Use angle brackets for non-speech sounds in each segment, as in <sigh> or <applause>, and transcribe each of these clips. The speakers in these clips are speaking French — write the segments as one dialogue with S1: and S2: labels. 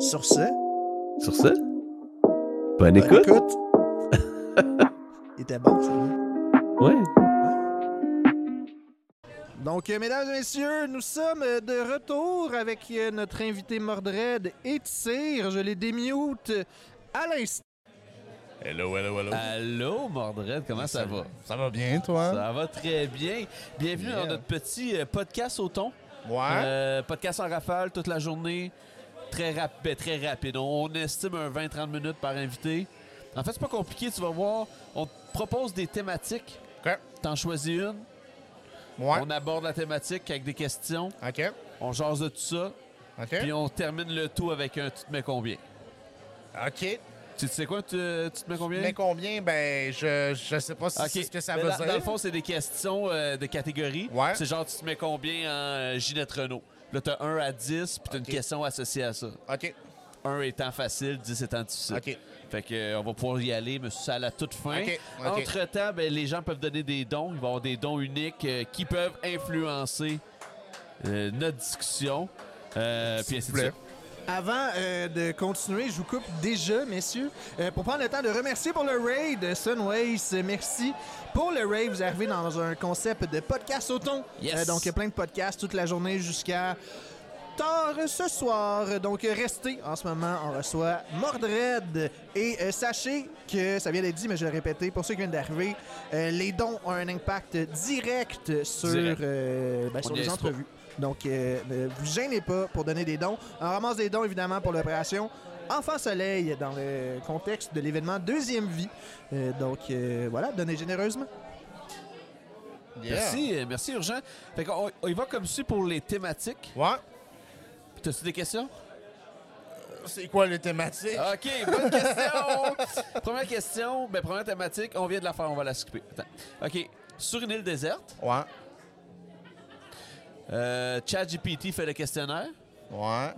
S1: Sur ce, ben,
S2: Sur ce, bonne écoute.
S1: <laughs> Il était bon, hein. celui-là.
S2: Ouais.
S1: Donc, euh, mesdames et messieurs, nous sommes euh, de retour avec euh, notre invité Mordred et Tyr. Je les démute euh, à l'instant.
S3: Hello, hello, hello.
S2: Allô, Mordred, comment Ah, ça va?
S3: Ça va bien, toi?
S2: Ça va très bien. Bienvenue
S3: Yeah.
S2: dans notre petit euh, podcast au ton.
S3: Ouais.
S2: Euh, podcast en rafale toute la journée. Très rapide, très rapide. On on estime un 20-30 minutes par invité. En fait, c'est pas compliqué, tu vas voir. On te propose des thématiques.
S3: OK.
S2: T'en choisis une.
S3: Ouais.
S2: On aborde la thématique avec des questions.
S3: OK.
S2: On jase de tout ça.
S3: OK.
S2: Puis on termine le tout avec un tu te mets combien.
S3: OK.
S2: Tu tu sais quoi, tu, tu te mets combien?
S3: Mais combien? Ben, je, je sais pas si
S2: Ok.
S3: c'est ce que ça
S2: Mais
S3: veut
S2: dans,
S3: dire.
S2: dans le fond, c'est des questions euh, de catégorie.
S3: Ouais.
S2: C'est genre, tu te mets combien en euh, Ginette Renault? Là, t'as 1 à 10, puis t'as
S3: Ok.
S2: une question associée à ça.
S3: OK.
S2: 1 étant facile, 10 étant difficile.
S3: Ok.
S2: Fait que, euh, on va pouvoir y aller, mais ça à la toute fin.
S3: Ok, ok.
S2: Entre-temps, ben, les gens peuvent donner des dons. Il va y avoir des dons uniques euh, qui peuvent influencer euh, notre discussion. Euh, puis ainsi de
S3: plaît.
S2: suite.
S1: Avant euh, de continuer, je vous coupe déjà, messieurs, euh, pour prendre le temps de remercier pour le raid euh, Sunways. euh, Merci pour le raid. Vous arrivez dans un concept de podcast au ton.
S2: Yes.
S1: donc, il y a plein de podcasts toute la journée jusqu'à tard euh, ce soir. Donc, euh, restez. En ce moment, on reçoit Mordred. Et euh, sachez que, ça vient d'être dit, mais je vais le répéter, pour ceux qui viennent d'arriver, euh, les dons ont un impact direct sur,
S2: Direct.
S1: euh, ben, sur
S2: On
S1: les
S2: niaise pas.
S1: entrevues. Donc, euh, ne vous gênez pas pour donner des dons. On ramasse des dons, évidemment, pour l'opération Enfant Soleil dans le contexte de l'événement Deuxième Vie. Euh, donc, euh, voilà, donnez généreusement.
S3: Yeah.
S2: Merci, euh, merci Urgent. Fait qu'on on y va comme suit pour les thématiques.
S3: Ouais.
S2: T'as-tu des questions?
S3: C'est quoi les thématiques?
S2: OK, bonne question. <laughs> première question, ben, première thématique, on vient de la faire, on va la skipper. Attends. OK, sur une île déserte,
S3: Ouais.
S2: euh, ChatGPT fait le questionnaire.
S3: Ouais.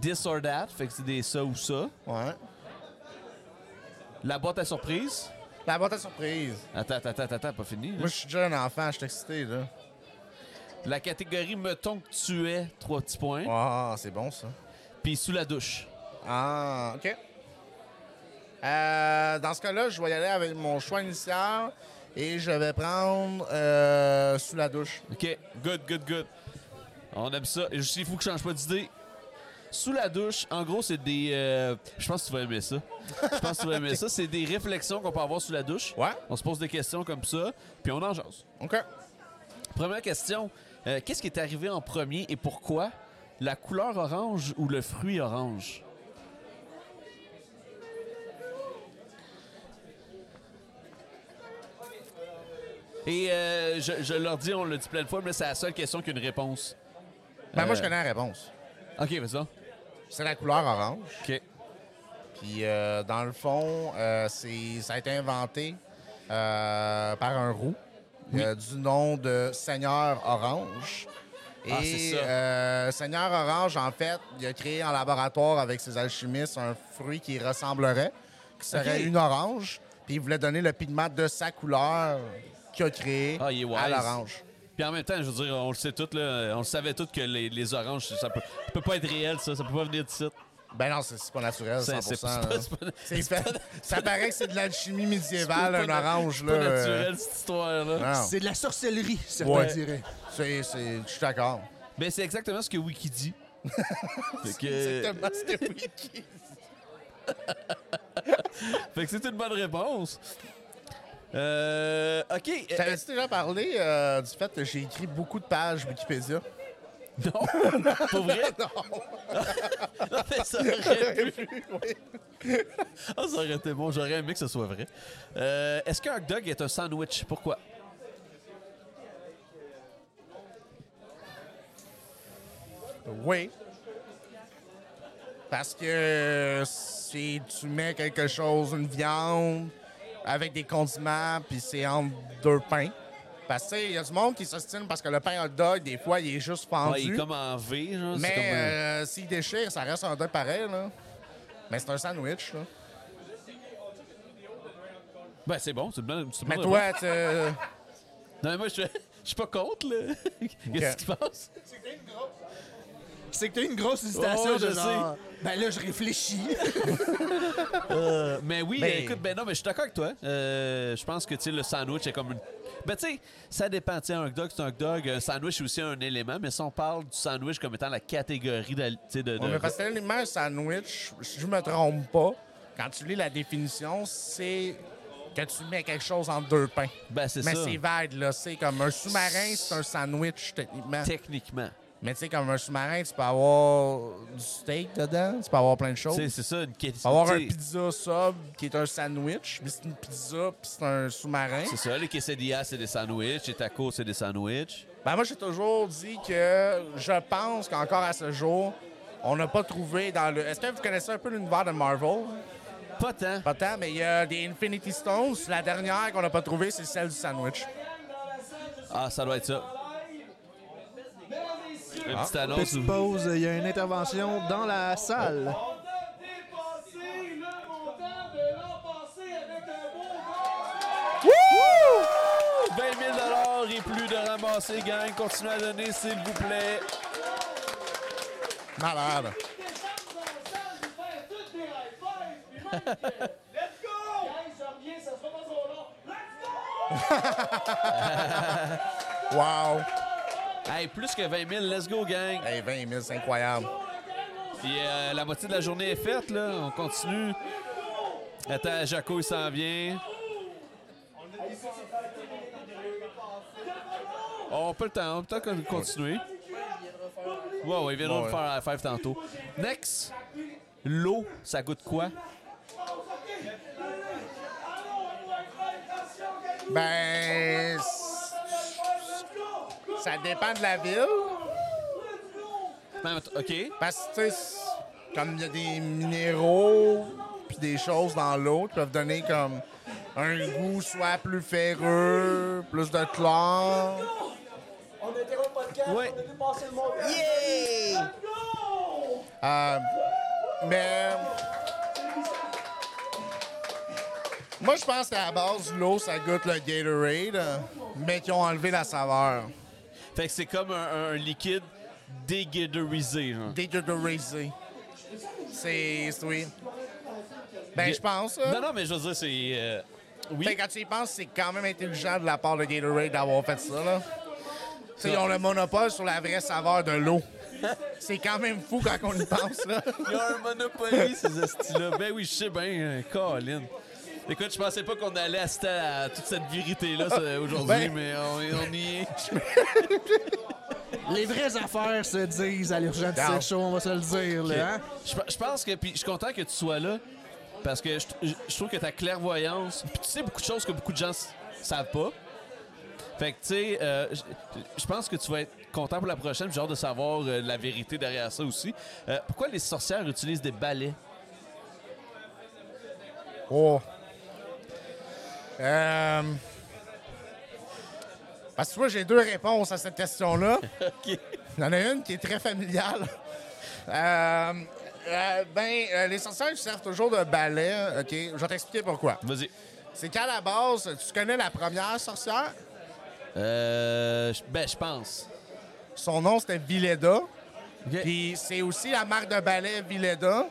S2: This or that, fait que c'est des ça ou ça.
S3: Ouais.
S2: La boîte à surprise.
S3: La boîte à surprise.
S2: Attends, attends, attends, attends, pas fini. là.
S3: Moi, je suis déjà un enfant, je suis excité, là.
S2: La catégorie mettons que tu es, trois petits points.
S3: Ah, c'est bon, ça.
S2: Puis sous la douche.
S3: Ah, OK. Euh, dans ce cas-là, je vais y aller avec mon choix initial et je vais prendre euh, sous la douche.
S2: OK, good, good, good. On aime ça. Et Je suis fou que je change pas d'idée. Sous la douche, en gros, c'est des. euh, je pense que tu vas aimer ça. Je pense que tu
S3: <laughs>
S2: vas aimer ça. C'est des réflexions qu'on peut avoir sous la douche.
S3: Ouais.
S2: On se pose des questions comme ça, puis on en jase.
S3: OK.
S2: Première question euh, qu'est-ce qui est arrivé en premier et pourquoi La couleur orange ou le fruit orange Et euh, je, je leur dis, on le dit plein de fois, mais c'est la seule question qui a une réponse.
S3: Ben, moi,
S2: Euh.
S3: je connais la réponse.
S2: Ok, vas-y. donc.
S3: C'est la couleur orange.
S2: Ok.
S3: Puis euh, dans le fond, euh, c'est- ça a été inventé euh, par un roux euh, du nom de Seigneur Orange. Et
S2: Ah, c'est ça.
S3: euh, Seigneur Orange, en fait, il a créé en laboratoire avec ses alchimistes un fruit qui ressemblerait, qui serait
S2: Ok.
S3: une orange. Puis il voulait donner le pigment de sa couleur qu'il a créé
S2: Ah, il est
S3: à
S2: wise.
S3: l'orange.
S2: Puis en même temps, je veux dire, on le sait tout, là, on le savait tout que les, les oranges, ça peut, ça peut pas être réel, ça, ça peut pas venir de site.
S3: Ben non, c'est c'est pas naturel, 100%.
S2: C'est- c'est pas-
S3: là.
S2: c'est pas-
S3: C'est fait- Ça paraît que c'est de l'alchimie médiévale,
S2: <laughs> C'est
S3: un
S2: pas na-
S3: orange.
S2: c'est
S3: là. euh.
S2: pas naturel, cette histoire-là.
S3: Non.
S1: C'est de la sorcellerie, certains
S3: Ouais.
S1: diraient.
S3: C'est, c'est, je suis d'accord.
S2: Ben, c'est exactement ce que Wiki dit. <laughs> fait que,
S3: ce que
S2: <laughs>
S3: Wiki.
S2: fait que c'est une bonne réponse. Euh, ok.
S3: <laughs>
S2: euh,
S3: T'avais-tu déjà parlé euh, du fait que j'ai écrit beaucoup de pages Wikipédia?
S2: <laughs> non, pour vrai. non, mais ça aurait pu. Ah, ça aurait été bon. J'aurais aimé que ce soit vrai. Euh, Est-ce qu'un hot dog est un sandwich? Pourquoi?
S3: Oui. Parce que si tu mets quelque chose, une viande, avec des condiments, puis c'est entre deux pains. Parce que, il y a du monde qui s'ostine parce que le pain hot dog, des fois, il est juste pendu.
S2: Ouais, il est comme en V. Genre, c'est
S3: mais
S2: comme un-
S3: euh, s'il déchire, ça reste un hot dog pareil, là. Mais c'est un sandwich, là.
S2: Ben, c'est bon. C'est une bonne, c'est une
S3: Mais
S2: bonne
S3: toi,
S2: réponse.
S3: tu...
S2: <laughs> Non, mais moi, je je suis pas contre, là. Qu'est-ce qui se passe?
S1: C'est que t'as eu une grosse hésitation
S2: Ouais, ouais,
S1: de
S2: je
S1: genre, Ben là, je
S2: <laughs>
S1: réfléchis.
S2: Euh, mais oui,
S3: Mais-
S2: écoute, ben non, mais je suis d'accord avec toi. Euh, je pense que tu sais, le sandwich est comme une. Ben tu sais, ça dépend. Tu sais, un hot dog, c'est un hot dog. Un sandwich, c'est aussi un élément. Mais si on parle du sandwich comme étant la catégorie de. tu sais, de, de-
S3: Ouais, mais parce que l'élément sandwich, si je me trompe pas, quand tu lis la définition, c'est que tu mets quelque chose entre deux pains.
S2: Ben, c'est
S3: mais
S2: ça.
S3: c'est vague, là. C'est comme un sous-marin, c'est un sandwich, techniquement.
S2: Techniquement.
S3: Mais tu sais, comme un sous-marin, tu peux avoir du steak dedans, tu peux avoir plein de choses.
S2: Tu sais,
S3: Tu
S2: c'est ça, une question.
S3: peux avoir un pizza sub qui est un sandwich, mais c'est une pizza, puis c'est un sous-marin.
S2: C'est ça, les quesadillas, c'est des sandwichs. Les tacos, c'est des sandwichs.
S3: Ben moi, j'ai toujours dit que je pense qu'encore à ce jour, on n'a pas trouvé dans le. Est-ce que vous connaissez un peu l'univers de Marvel?
S2: Pas tant.
S3: Pas tant, mais il y a des Infinity Stones. La dernière qu'on n'a pas trouvée, c'est celle du sandwich.
S2: Ah, ça doit être ça. Une
S3: Ah.
S2: petite annonce.
S1: Petite pause, il y a une intervention dans la salle.
S4: On a dépassé le montant de l'an passé avec un beau vent.
S2: 20 000 et plus de ramasser, gang. Continuez à donner, s'il vous plaît.
S3: Malade.
S4: Descendre dans la salle, nous faire toutes des high fives, puis même que- Let's go! Guys, je reviens, ça sera pas trop long. Let's go!
S3: Wow.
S2: Hey, plus que 20 000, let's go, gang.
S3: Hey, 20 000, c'est incroyable.
S2: Puis euh, la moitié de la journée est faite, là. On continue. Attends, Jaco, il s'en vient. Oh, on peut le temps, on peut le temps de continuer. Ouais, ouais, ils viendront
S3: Ouais.
S2: de faire la five tantôt. Next, l'eau, ça goûte quoi?
S3: Ben. c- Ça dépend de la ville.
S2: Non, mais t- Ben, OK.
S3: Parce que, tu sais, c- comme il y a des minéraux puis des choses dans l'eau qui peuvent donner comme un goût soit plus ferreux, plus de chlore.
S4: On était au podcast,
S2: Ouais.
S4: on a dépassé le montant.
S3: Euh, mais. Moi, je pense qu'à la base, l'eau, ça goûte le Gatorade, euh, mais qui ont enlevé la saveur.
S2: Fait que c'est comme un, un liquide hein. dégadorisé. genre.
S3: Dégadorisé. C'est. c'est- Oui. Ben, je pense. là.
S2: Non, non, mais je veux dire, c'est... euh, oui.
S3: Fait que quand tu y penses, c'est quand même intelligent de la part de Gatorade d'avoir fait ça. Là. Tu sais, Ils ont le monopole sur la vraie saveur de l'eau. c'est quand même fou quand on y pense. Là.
S2: Il y a un Monopoly, ces styles-là. Ben oui, je sais bien, hein, Colin. Écoute, je pensais pas qu'on allait assister à toute cette vérité-là ça, aujourd'hui,
S3: Ben-
S2: mais on, on y est.
S1: Les vraies affaires se disent à l'urgence
S3: Garde.
S1: de chaud, on va se le dire, là. hein?
S2: Je, je pense que, puis je suis content que tu sois là, parce que je, je- je trouve que ta clairvoyance, puis tu sais beaucoup de choses que beaucoup de gens s- savent pas. Fait que, tu sais, euh, je, je pense que tu vas être content pour la prochaine, puis j'ai hâte de savoir euh, la vérité derrière ça aussi. Euh, pourquoi les sorcières utilisent des balais?
S3: Oh. Euh, Parce que tu vois, j'ai deux réponses à cette question-là.
S2: OK.
S3: Il y en a une qui est très familiale. Euh, euh, ben, euh, les sorcières servent toujours de balai. OK, je vais t'expliquer pourquoi.
S2: Vas-y.
S3: C'est qu'à la base, tu connais la première sorcière?
S2: Euh, je- ben, je pense.
S3: Son nom, c'était Vileda.
S2: Ok.
S3: Puis c'est aussi la marque de ballet Vileda.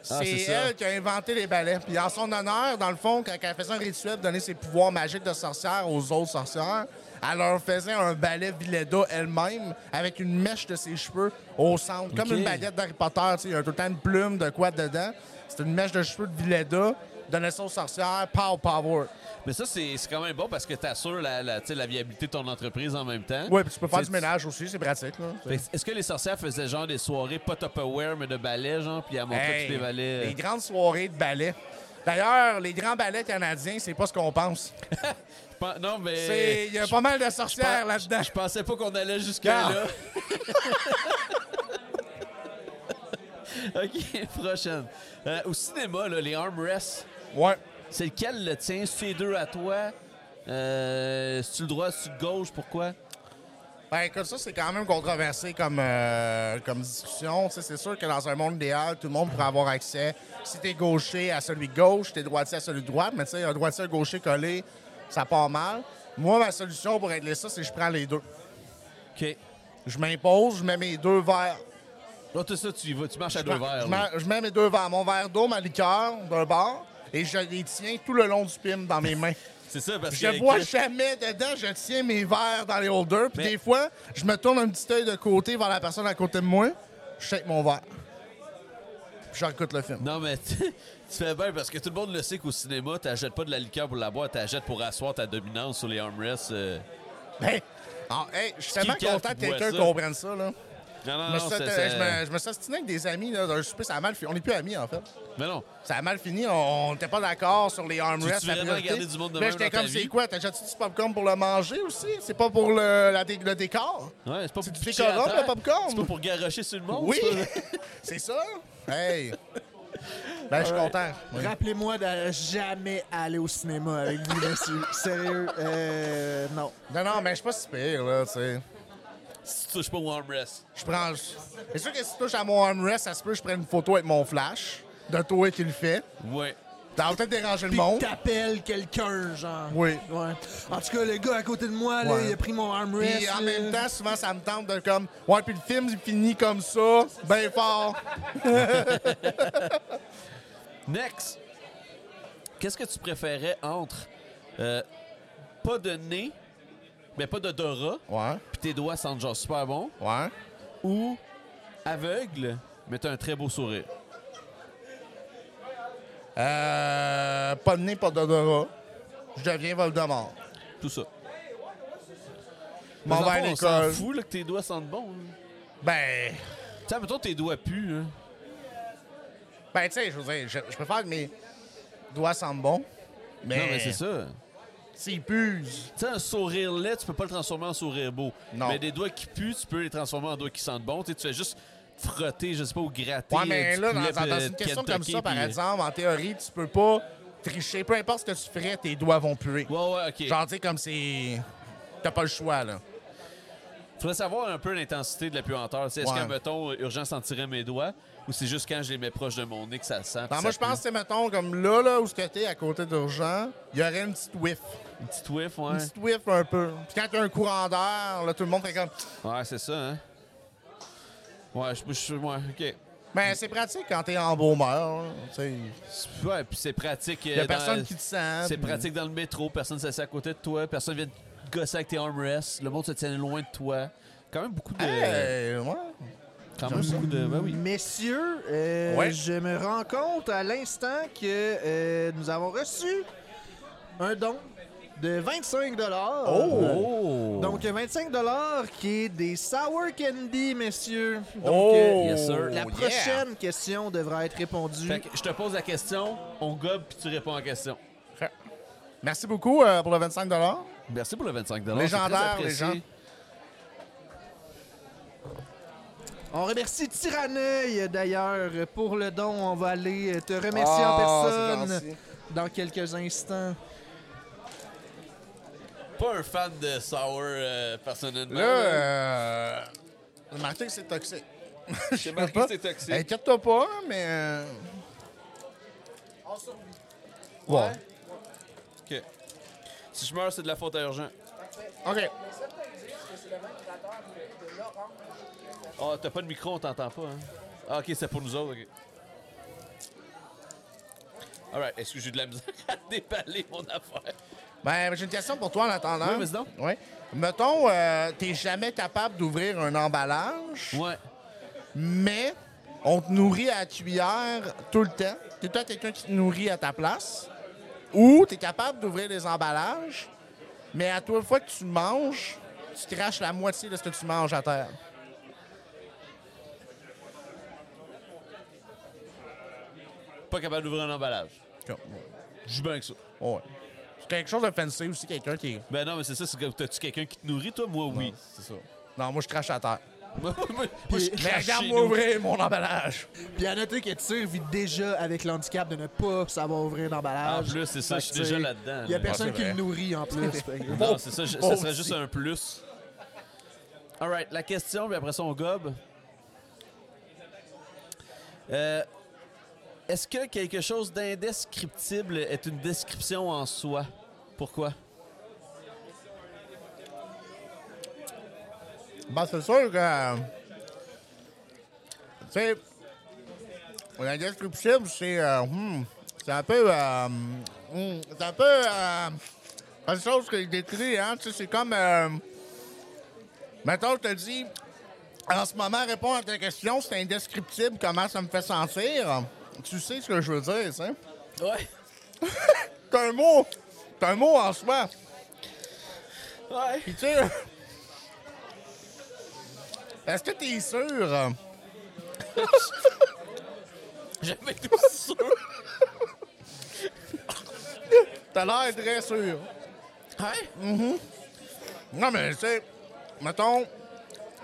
S2: c'est
S3: Ah, C'est
S2: ça.
S3: elle qui a inventé les ballets. Puis en son honneur, dans le fond, quand elle faisait un rituel de donner ses pouvoirs magiques de sorcière aux autres sorcières, elle leur faisait un ballet Vileda elle-même avec une mèche de ses cheveux au centre, comme
S2: Ok.
S3: une baguette d'Harry Potter. tu sais, Il y a tout le temps une plume de quoi dedans. C'est une mèche de cheveux de Vileda. Donnait ça aux sorcières, pow power.
S2: Mais ça, c'est c'est quand même bon parce que t'assures la, la, tu sais, la viabilité de ton entreprise en même temps.
S3: Oui, puis tu peux faire
S2: C'est-
S3: du ménage aussi, c'est pratique. Là.
S2: Fait que Est-ce que les sorcières faisaient genre des soirées pas Tupperware, mais de ballet, genre, puis à montrer
S3: Hey,
S2: tous les ballets?
S3: les grandes soirées de ballet. D'ailleurs, les grands ballets canadiens, c'est pas ce qu'on pense.
S2: Je pen- Non,
S3: C'est-
S2: mais...
S3: Il y a pas mal de
S2: je pen-
S3: sorcières là-dedans.
S2: Je pensais pas qu'on
S3: <laughs>
S2: allait jusque-là. <laughs> OK, <laughs> prochaine. Euh, au cinéma, là, les armrests,
S3: Ouais.
S2: c'est lequel le tien? Si tu es deux à toi, euh, si tu le droit, si tu le gauche, pourquoi?
S3: Ben écoute, ça, c'est quand même controversé comme, euh, comme discussion. Tu sais, c'est sûr que dans un monde idéal, tout le monde pourrait avoir accès. Si t'es gaucher à celui de gauche, t'es droitier à celui de droite, mais tu sais, un droitier et un gaucher collé, ça part mal. Moi, ma solution pour régler ça, c'est que je prends les deux.
S2: OK.
S3: Je m'impose, je mets mes deux verres.
S2: Donc, tout ça, tu y vas, tu marches à deux
S3: Je
S2: verres.
S3: je
S2: là.
S3: mets- je mets mes deux verres, mon verre d'eau, ma liqueur d'un bar, et je les tiens tout le long du pim dans mes mains.
S2: C'est ça, parce que.
S3: Je bois jamais dedans, je tiens mes verres dans les holders, puis
S2: Mais-
S3: des fois, je me tourne un petit œil de côté vers la personne à côté de moi, je shake mon verre. Puis je réécoute le film.
S2: Non, mais <laughs> tu tu fais bien parce que tout le monde le sait qu'au cinéma, t'achètes pas de la liqueur pour la boire, t'achètes pour asseoir ta dominance sur les armrests. euh.
S3: Ben, ah, hey, je suis tellement
S2: Qui, quand
S3: content
S2: tu
S3: que
S2: bois
S3: quelqu'un
S2: ça?
S3: comprenne ça, là.
S2: Non, non,
S3: Je me
S2: non,
S3: suis
S2: c'est-
S3: fait-
S2: c'est-
S3: euh, je me- je me suis astiné avec des amis là, d'un souper, ça a mal fini. On n'est plus amis, en fait.
S2: Mais non.
S3: Ça a mal fini, on n'était pas d'accord sur les armrests.
S2: Tu- tu
S3: la
S2: vraiment
S3: priorité.
S2: regardé du monde de
S3: Mais
S2: même
S3: j'étais
S2: dans ta
S3: comme, c'est
S2: vie?
S3: quoi? T'as déjà du popcorn pour le manger aussi? C'est pas pour le, la dé- le décor?
S2: Ouais, c'est pas pour
S3: du
S2: pitcher à
S3: décorum,
S2: terre.
S3: le popcorn.
S2: C'est pas pour garrocher sur le monde.
S3: Oui!
S2: <laughs> c'est pas-
S3: c'est ça? Oh,
S2: <laughs>
S3: Hey! Ben, je suis content. Oui.
S1: Rappelez-moi de jamais aller au cinéma avec vous, messieurs. Sérieux, euh, non.
S3: Non, non, mais je suis pas si pire, là, tu sais.
S2: Si tu touches pas au armrest.
S3: Je prends. C'est sûr que si tu touches à mon armrest, ça se peut que je prenne une photo avec mon flash de toi qui le fait.
S2: Ouais.
S3: T'as peut-être dérangé le
S1: Puis
S3: monde.
S1: t'appelles quelqu'un, genre.
S3: Oui.
S1: Ouais. En tout cas, le gars à côté de moi, là,
S3: Ouais.
S1: il a pris mon armrest.
S3: Puis en
S1: là.
S3: même temps, souvent, ça me tente de comme. Ouais, puis le film il finit comme ça, ben fort.
S2: Next. Qu'est-ce que tu préférais entre euh, pas de nez, mais pas d'odorat,
S3: Ouais,
S2: puis tes doigts sentent genre super bon,
S3: ouais.
S2: ou aveugle, mais t'as un très beau sourire?
S3: Euh, pas de nez, pas d'odorat. Je deviens Voldemort.
S2: Tout ça.
S3: M'en
S2: Mais dans
S3: vais à
S2: le fond, on s'en
S3: l'école.
S2: fout là, que tes doigts sentent bon. là.
S3: Ben,
S2: Tu sais, mettons tes doigts puent. hein. là.
S3: ben tu sais, je veux dire, je, je préfère que mes doigts sentent bons. Mais,
S2: Non, mais c'est ça.
S3: S'ils puent,
S2: Tu sais, un sourire laid, tu peux pas le transformer en sourire beau.
S3: Non.
S2: Mais des doigts qui puent, tu peux les transformer en doigts qui sentent bon. Tu sais, tu fais juste frotter, je sais pas, ou gratter.
S3: Ouais, mais
S2: euh, du
S3: là, dans,
S2: poulet,
S3: dans- dans
S2: euh,
S3: une question comme
S2: Kentucky,
S3: ça, par
S2: puis, euh,
S3: exemple, en théorie, tu peux pas tricher. Peu importe ce que tu ferais, tes doigts vont puer.
S2: Ouais, ouais, OK.
S3: Genre, tu sais, comme c'est. T'as pas le choix, là.
S2: Faudrait savoir un peu l'intensité de la puanteur. C'est Est-ce
S3: Ouais.
S2: qu'à mettons, urgence sentirait mes doigts ou c'est juste quand je les mets proches de mon nez que ça sent? puis
S3: Non,
S2: ça
S3: moi, je
S2: pue?
S3: pense, c'est mettons, comme là, là, où ce que t'es, à côté d'Urgent, il y aurait une petite whiff.
S2: Une petite whiff, ouais.
S3: Une petite whiff un peu. Puis quand t'as un courant d'air, là, tout le monde fait comme.
S2: Ouais, c'est ça, hein. Ouais, je suis. Ouais, OK.
S3: Mais c'est pratique quand t'es en beau-meur, là, tu sais.
S2: C'est- Ouais, puis c'est pratique. euh,
S3: Y a
S2: dans-
S3: personne qui te sent.
S2: C'est
S3: puis-
S2: pratique dans le métro, personne s'assied à côté de toi, personne vient te gosser avec tes armrests, le monde se tient loin de toi. Quand même beaucoup de.
S3: Hey,
S2: euh,
S3: ouais.
S2: quand même beaucoup de. Ben oui.
S1: Messieurs, euh,
S3: Ouais.
S1: je me rends compte à l'instant que euh, nous avons reçu un don de 25
S2: Oh!
S1: Donc 25 qui est des sour candy, messieurs. Donc,
S3: Oh!
S1: euh,
S2: Yes, sir.
S1: la
S3: yeah.
S1: prochaine question devra être répondue.
S2: Fait que je te pose la question, on gobe puis tu réponds à la question.
S3: Merci beaucoup euh, pour le 25
S2: Merci pour le 25
S3: Légendaire,
S2: c'est très apprécié.
S3: les gens.
S1: On remercie Tiraneuil d'ailleurs pour le don. On va aller te remercier
S3: Ah,
S1: en
S3: c'est
S1: personne
S3: gentil.
S1: dans quelques instants.
S2: Pas un fan de sour euh, personnellement.
S3: Là, euh, j'ai remarqué que c'est toxique. Je
S2: j'ai
S3: sais
S2: marqué
S3: pas.
S2: que c'est toxique.
S3: Inquiète-toi pas, mais. euh, Ouais.
S2: Ok. Si je meurs, c'est de la faute à urgent.
S3: OK.
S2: Ah, t'as pas de micro, on t'entend pas. Hein? Ah, ok, c'est pour nous autres, ok. Alright, est-ce que j'ai de la misère à <laughs> déballer mon affaire?
S3: Ben, j'ai une question pour toi en attendant.
S2: Oui, vas-y donc.
S3: Oui. Mettons, euh, t'es jamais capable d'ouvrir un emballage,
S2: Ouais.
S3: mais on te nourrit à la cuillère tout le temps. T'es toi quelqu'un qui te nourrit à ta place. Ou t'es capable d'ouvrir les emballages, mais à toi, une fois que tu manges, tu craches la moitié de ce que tu manges à terre.
S2: Pas capable d'ouvrir un emballage. Je suis bien avec ça.
S3: Ouais. C'est quelque chose de fancy aussi, quelqu'un qui est.
S2: Ben non, mais c'est ça, c'est comme, t'as-tu quelqu'un qui te nourrit, toi? Moi, oui.
S3: C'est ça. Non, moi, je crache à terre.
S2: <laughs> moi, je suis
S3: Mais regarde-moi ouvrir mon emballage.
S1: Puis à noter que Tyr vit déjà avec l'handicap de ne pas savoir ouvrir l'emballage.
S2: En plus, c'est ça,
S1: Fait
S2: je suis
S1: que, tu
S2: déjà
S1: sais,
S2: là-dedans,
S1: Il y a
S2: là.
S1: personne
S3: Ah, <laughs> c'est
S1: qui le
S3: vrai.
S1: nourrit en plus. fait que-
S2: Non, c'est ça, je- ça
S3: Oh,
S2: serait
S3: si.
S2: juste un plus. Alright, la question, puis après ça, on gobe. Euh, Est-ce que quelque chose d'indescriptible est une description en soi? Pourquoi?
S3: Ben, c'est sûr que. Tu sais, sais, l'indescriptible, c'est. euh, hmm, c'est un peu. euh, hmm, c'est un peu. euh, une chose que je décris, hein. Tu sais, c'est comme. euh, mettons, je te dis. En ce moment, répondre à ta question, c'est indescriptible comment ça me fait sentir. Tu sais ce que je veux dire, tu sais.
S2: Ouais.
S3: <laughs> C'est un mot. C'est un mot en soi.
S2: Ouais.
S3: Puis tu sais, Est-ce que t'es sûr? euh?
S2: <laughs> Jamais tout sûr.
S3: T'as l'air très sûr. Mm-hmm.
S2: Ouais.
S3: Non, mais tu sais, mettons,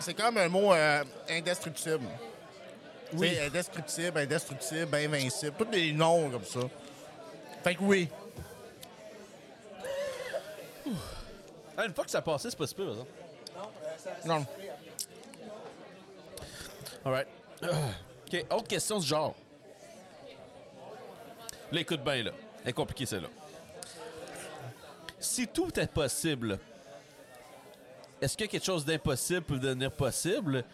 S3: c'est comme un mot euh, indestructible. Oui. indestructible, indestructible, invincible, tous des noms comme ça. Fait que oui.
S2: Ah, Une fois que ça passait, c'est pas si peu, par exemple.
S3: Non.
S2: Alright. <clears throat> OK, autre question du genre. Là, écoute bien, là. Elle est compliquée, celle-là. Si tout est possible, est-ce qu'il y a quelque chose d'impossible peut devenir possible?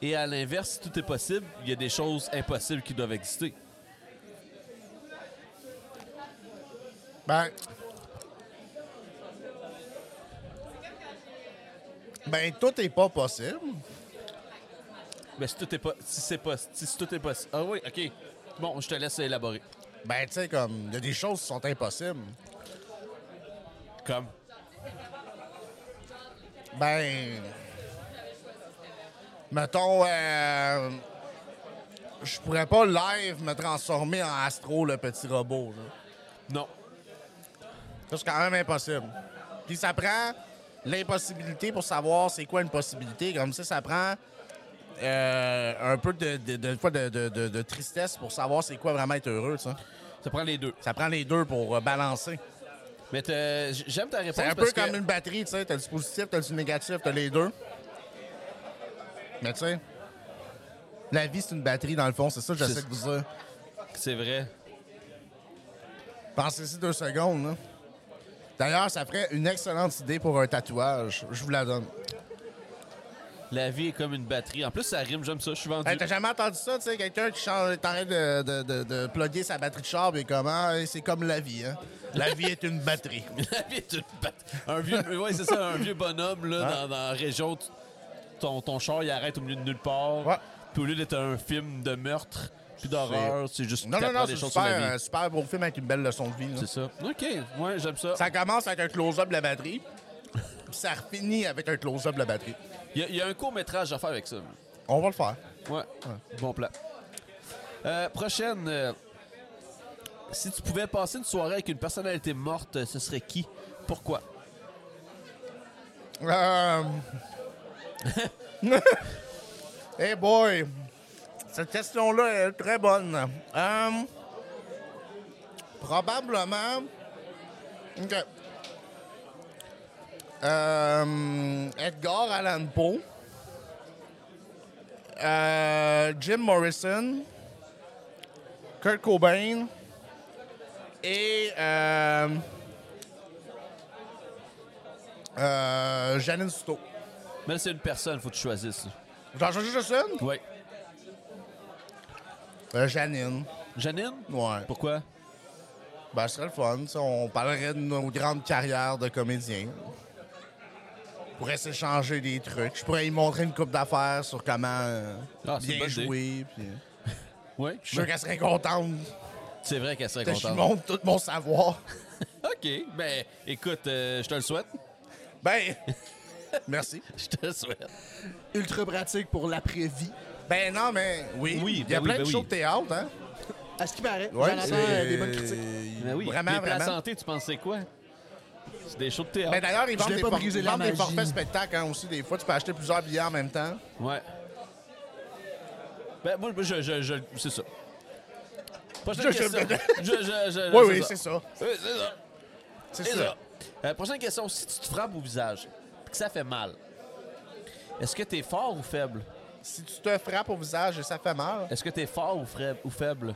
S2: Et à l'inverse, si tout est possible, il y a des choses impossibles qui doivent exister.
S3: Ben. Ben, tout est pas possible.
S2: Mais si tout est pas... Si c'est pas... Si, tout est possible... Ah oui, OK. Bon, je te laisse élaborer.
S3: Ben, tu sais, comme, il y a des choses qui sont impossibles.
S2: Comme...
S3: Ben. Mettons, euh, je pourrais pas live me transformer en Astro, le petit robot. là.
S2: Non.
S3: Ça, c'est quand même impossible. Puis ça prend l'impossibilité pour savoir c'est quoi une possibilité. Comme ça, ça prend euh, un peu de, de, de, fois de- de- de- de tristesse pour savoir c'est quoi vraiment être heureux. Ça,
S2: Ça prend les deux.
S3: ça prend les deux pour euh, balancer.
S2: Mais t'as- j'aime ta réponse
S3: C'est un peu
S2: parce que-
S3: comme une batterie, tu sais. T'as du positif, t'as du négatif, t'as les deux. Mais tu sais, la vie, c'est une batterie, dans le fond. C'est ça que
S2: C'est-
S3: j'essaie de vous dire.
S2: C'est vrai.
S3: Pensez-y deux secondes, là. D'ailleurs, ça ferait une excellente idée pour un tatouage. Je vous la donne.
S2: La vie est comme une batterie. En plus, ça rime, j'aime ça. Je suis vendu.
S3: Hey, T'as jamais entendu ça, tu sais, quelqu'un qui change, est en train de, de, de, de plugger sa batterie de char, et comment? Hey, C'est comme la vie, hein. La vie est une batterie.
S2: <laughs> La vie est une batterie. Un vieux, ouais, c'est ça, un vieux bonhomme là,
S3: Hein?
S2: dans, dans la région. tu- Ton, ton char, il arrête au milieu de nulle part.
S3: Ouais.
S2: Puis au lieu d'être un film de meurtre, puis d'horreur, c'est juste
S3: Non, non,
S2: t'apprends
S3: non,
S2: des
S3: c'est
S2: choses
S3: super,
S2: sur la vie.
S3: euh, super beau film avec une belle leçon de vie. là.
S2: C'est ça. OK, ouais, j'aime ça.
S3: Ça commence avec un close-up de la batterie, puis ça finit avec un close-up de la batterie.
S2: Il y a- il y, a un court-métrage à faire avec ça. là.
S3: On va le faire.
S2: Ouais, bon plan. Euh, prochaine. euh, si tu pouvais passer une soirée avec une personnalité morte, ce serait qui? Pourquoi?
S3: Euh... <laughs> hey boy, cette question-là est très bonne. Euh, Probablement. OK. Euh, Edgar Allan Poe. Euh, Jim Morrison. Kurt Cobain. Et. euh, euh, Janine Souto.
S2: Mais là, c'est une personne, faut que tu choisisses. là.
S3: J'en choisis juste une?
S2: Ouais.
S3: Euh, Janine.
S2: Janine?
S3: Ouais.
S2: Pourquoi?
S3: Ben, ce serait le fun. tu sais, On parlerait de nos grandes carrières de comédiens. On pourrait s'échanger des trucs. Je pourrais y montrer une coupe d'affaires sur comment euh,
S2: Ah, c'est une
S3: bien
S2: bonne idée.
S3: jouer. puis-
S2: Ouais.
S3: Je suis sûr qu'elle serait contente
S2: C'est vrai qu'elle serait
S3: que je lui
S2: contente.
S3: montre tout mon
S2: <laughs>
S3: savoir.
S2: OK. Ben, écoute, euh, je te le souhaite. <laughs>
S3: Ben, merci.
S2: Je te le souhaite.
S1: Ultra pratique pour l'après-vie.
S3: Ben non, mais oui.
S2: Oui,
S3: Il y a
S2: ben oui,
S3: plein
S2: ben
S3: de
S2: oui.
S3: shows de théâtre, hein?
S1: À ce qui paraît,
S3: Ouais,
S1: j'en entends
S3: c'est-
S1: euh, des bonnes critiques.
S2: Ben oui.
S3: Vraiment,
S2: Mais pour la
S3: vraiment.
S2: santé, tu pensais quoi? C'est des shows de théâtre.
S3: Mais d'ailleurs, ils vendent,
S1: l'ai
S3: des,
S1: pas
S3: for-
S1: brisé
S3: ils
S1: la
S3: vendent des
S1: magie.
S3: forfaits spectacles hein, aussi. Des fois, tu peux acheter plusieurs billets en même temps.
S2: Ouais. Ben, moi, je... je, je c'est ça. Prochaine
S3: Je- je-
S2: question. <laughs> Je, je, je-
S3: Oui, oui, c'est ça.
S2: Oui, c'est ça.
S3: C'est
S2: C'est
S3: ça.
S2: ça. Euh, prochaine question. Si tu te frappes au visage, pis que ça fait mal, est-ce que t'es fort ou faible?
S3: Si tu te frappes au visage et ça fait mal,
S2: Est-ce que t'es fort ou, fraib- ou faible?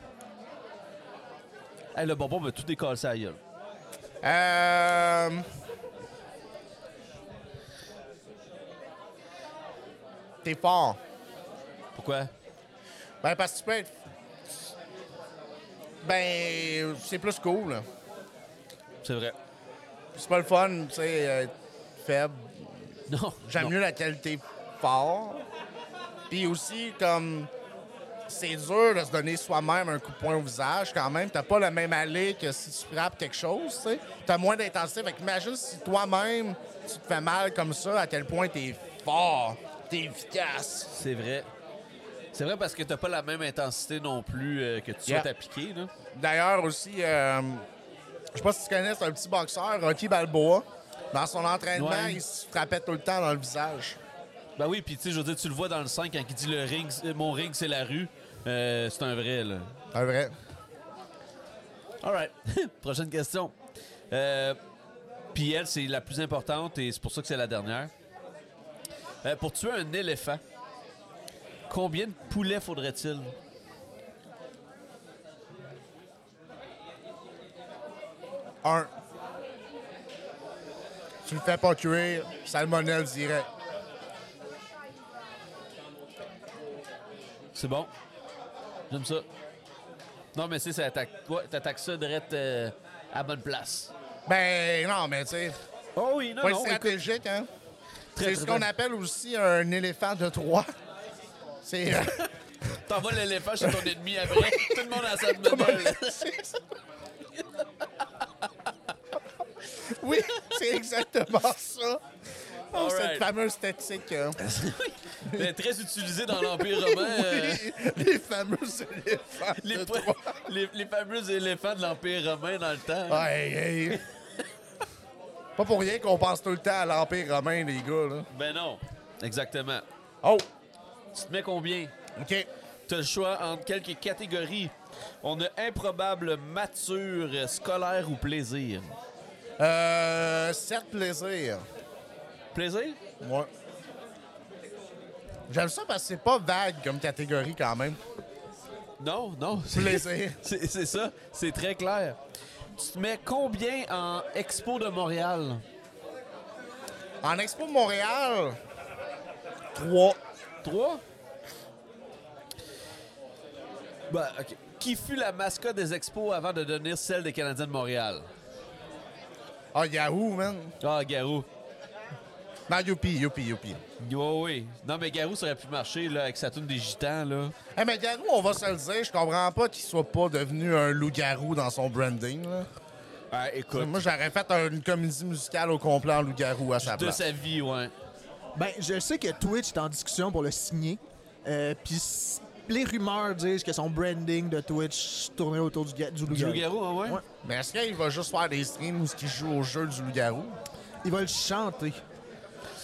S2: Hey, le bonbon m'a tout décalé à la gueule.
S3: Euh... T'es fort.
S2: Pourquoi?
S3: Ben, parce que tu peux être. Ben, c'est plus cool. là.
S2: C'est vrai.
S3: C'est pas le fun, tu sais, euh, faible.
S2: Non.
S3: J'aime
S2: non.
S3: mieux la qualité fort. Puis aussi, comme. C'est dur de se donner soi-même un coup de poing au visage quand même. T'as pas le même allée que si tu frappes quelque chose, tu sais. T'as moins d'intensité. Fait qu'imagine si toi-même, tu te fais mal comme ça, à quel point t'es fort, t'es efficace.
S2: C'est vrai. C'est vrai parce que t'as pas la même intensité non plus euh, que tu
S3: Yeah.
S2: souhaites appliquer. Là.
S3: D'ailleurs aussi, euh, je sais pas si tu connais, c'est un petit boxeur, Rocky Balboa. Dans son entraînement,
S2: Ouais.
S3: il se frappait tout le temps dans le visage.
S2: Ben oui, puis tu sais, je veux dire, tu le vois dans le 5 quand il dit le ring, euh, mon ring, c'est la rue. Euh, c'est un vrai, là.
S3: C'est vrai.
S2: All right. <laughs> Prochaine question. Euh, puis elle, c'est la plus importante et c'est pour ça que c'est la dernière. Euh, pour tuer un éléphant, combien de poulets faudrait-il?
S3: Un. Tu le fais pas cuire, salmonelle direct.
S2: C'est bon. J'aime ça. Non, mais tu sais, ça attaque, ouais, t'attaques ça direct euh, à bonne place.
S3: Ben non, mais tu sais,
S2: Oh oui, non,
S3: pas
S2: non.
S3: stratégique, hein?
S2: Très,
S3: C'est
S2: très
S3: ce qu'on
S2: bien.
S3: appelle aussi un éléphant de Troie. C'est. euh,
S2: <laughs> T'envoies l'éléphant chez ton ennemi <laughs> après. Tout le monde a sa bedaine.
S3: <laughs> oui, c'est exactement ça. Oh,
S2: Alright.
S3: cette fameuse tactique. hein.
S2: Mais très utilisé dans l'Empire romain. euh,
S3: <laughs> Oui, les fameux éléphants.
S2: les,
S3: de
S2: po-
S3: Troie.
S2: les- les fameux éléphants de l'Empire romain dans le temps.
S3: Aïe, aïe. Pas pour rien qu'on pense tout le temps à l'Empire romain, les gars. Là.
S2: Ben non. Exactement.
S3: Oh,
S2: Tu te mets combien?
S3: OK.
S2: T'as le choix entre quelques catégories. On a improbable, mature, scolaire ou plaisir.
S3: Euh, certes, plaisir.
S2: Plaisir?
S3: Moi. J'aime ça parce que c'est pas vague comme catégorie quand même.
S2: Non, non. c'est-
S3: Plaisir.
S2: <laughs> C'est c'est ça. C'est très clair. Tu te mets combien en Expo de Montréal?
S3: En Expo Montréal, 3.
S2: 3? Ben, OK. Qui fut la mascotte des expos avant de devenir celle des Canadiens de Montréal?
S3: Ah, Yahoo, man.
S2: Ah, Garou.
S3: Non, Youpi, Youpi, Youpi.
S2: Oui, oui. Non, mais Garou, ça aurait pu marcher là, avec sa toune des Gitans. là.
S3: Eh, mais Garou, on va se le dire, je comprends pas qu'il soit pas devenu un loup-garou dans son branding. là.
S2: Ah, écoute.
S3: Moi, j'aurais fait une comédie musicale au complet en loup-garou à sa
S2: De
S3: place.
S2: sa vie, ouais.
S1: Ben, je sais que Twitch est en discussion pour le signer. Euh, Puis s- les rumeurs disent que son branding de Twitch tournait autour du, ga- du
S2: Du
S1: loup-garou.
S2: loup-garou, hein, ouais?
S1: Ouais.
S3: Mais est-ce qu'il va juste faire des streams où il joue au jeu du loup-garou?
S1: Il va le chanter.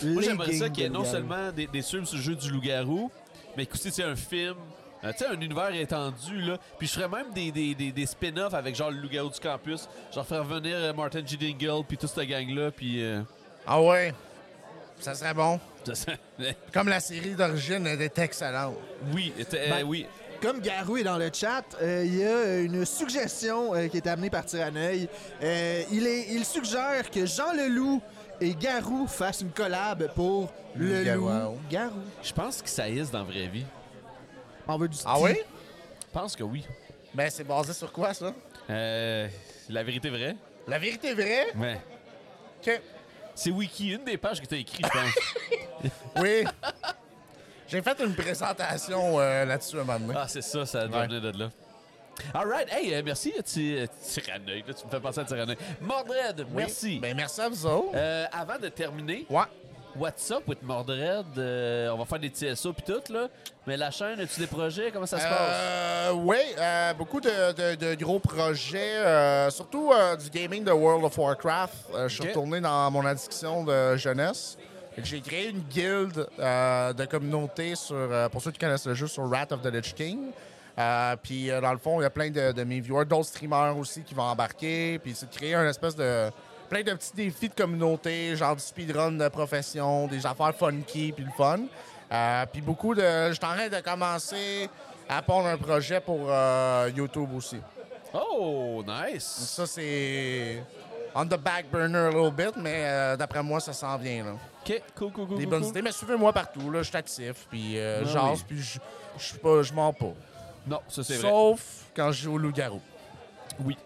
S2: Moi, j'aimerais ça qu'il y ait non seulement des, des films sur le jeu du loup-garou, mais qu'aussi, tu sais, un film, euh, tu sais, un univers étendu, là. Puis je ferais même des, des, des, des spin-offs avec, genre, le loup-garou du campus. Genre, faire venir euh, Martin G. Dingle, puis toute cette gang-là, puis... euh, <laughs>
S3: Ah ouais? Ça serait bon.
S2: ça serait-
S3: Comme la série d'origine, elle est excellente.
S2: oui, euh, euh,
S1: Ben-
S2: oui.
S1: Comme Garou est dans le chat, euh, il y a une suggestion euh, qui est amenée par Tiraneuil. Euh, il, est, il suggère que Jean Leloup et Garou fassent une collab pour le
S3: Loup-garou.
S1: loup Garou.
S2: Je pense que ça hisse dans la vraie vie.
S1: On veut du
S3: Ah
S1: style.
S3: oui?
S2: Je pense que oui.
S3: Ben, c'est basé sur quoi, ça?
S2: Euh, la vérité vraie?
S3: La vérité est vraie?
S2: Ouais.
S3: Que...
S2: C'est Wiki, une des pages que t'as écrit, je pense. <laughs>
S3: Oui. J'ai fait une présentation euh, là-dessus un moment donné.
S2: ah, c'est ça, ça doit
S3: Ouais.
S2: venir de là. All right. Hey, euh, merci, Ti- euh, Tiraneuil. Là, tu me fais penser à Tiraneuil. Mordred,
S3: Oui.
S2: merci.
S3: Ben, merci à vous autres.
S2: Euh, avant de terminer,
S3: Ouais.
S2: What's up with Mordred? Euh, on va faire des TSO puis tout, là. Mais la chaîne, as-tu des projets? Comment ça se passe?
S3: Euh, oui, euh, beaucoup de, de- de gros projets, euh, surtout euh, du gaming de World of Warcraft. Euh, je suis
S2: Ok.
S3: retourné dans mon addiction de jeunesse. J'ai créé une guilde euh, de communauté sur, euh, pour ceux qui connaissent le jeu, sur Wrath of the Lich King. Euh, puis euh, dans le fond, il y a plein de, de mes viewers, d'autres streamers aussi qui vont embarquer. Puis c'est de créer un espèce de plein de petits défis de communauté, genre du speedrun de profession, des affaires funky, puis le fun. Euh, puis beaucoup de. Je suis en train de commencer à pondre un projet pour euh, YouTube aussi.
S2: Oh, nice!
S3: Ça, c'est. on the back burner a little bit, mais euh, d'après moi, ça s'en vient. Là.
S2: OK, cool, cool, cool.
S3: Des
S2: cool,
S3: bonnes
S2: cool.
S3: idées, mais suivez-moi partout. Là, je suis actif, puis euh,
S2: Mhm. Ah
S3: j'ose,
S2: oui.
S3: puis je- je suis pas- je mens pas.
S2: Non, ça, c'est vrai.
S3: Sauf quand je joue au loup-garou.
S2: Oui.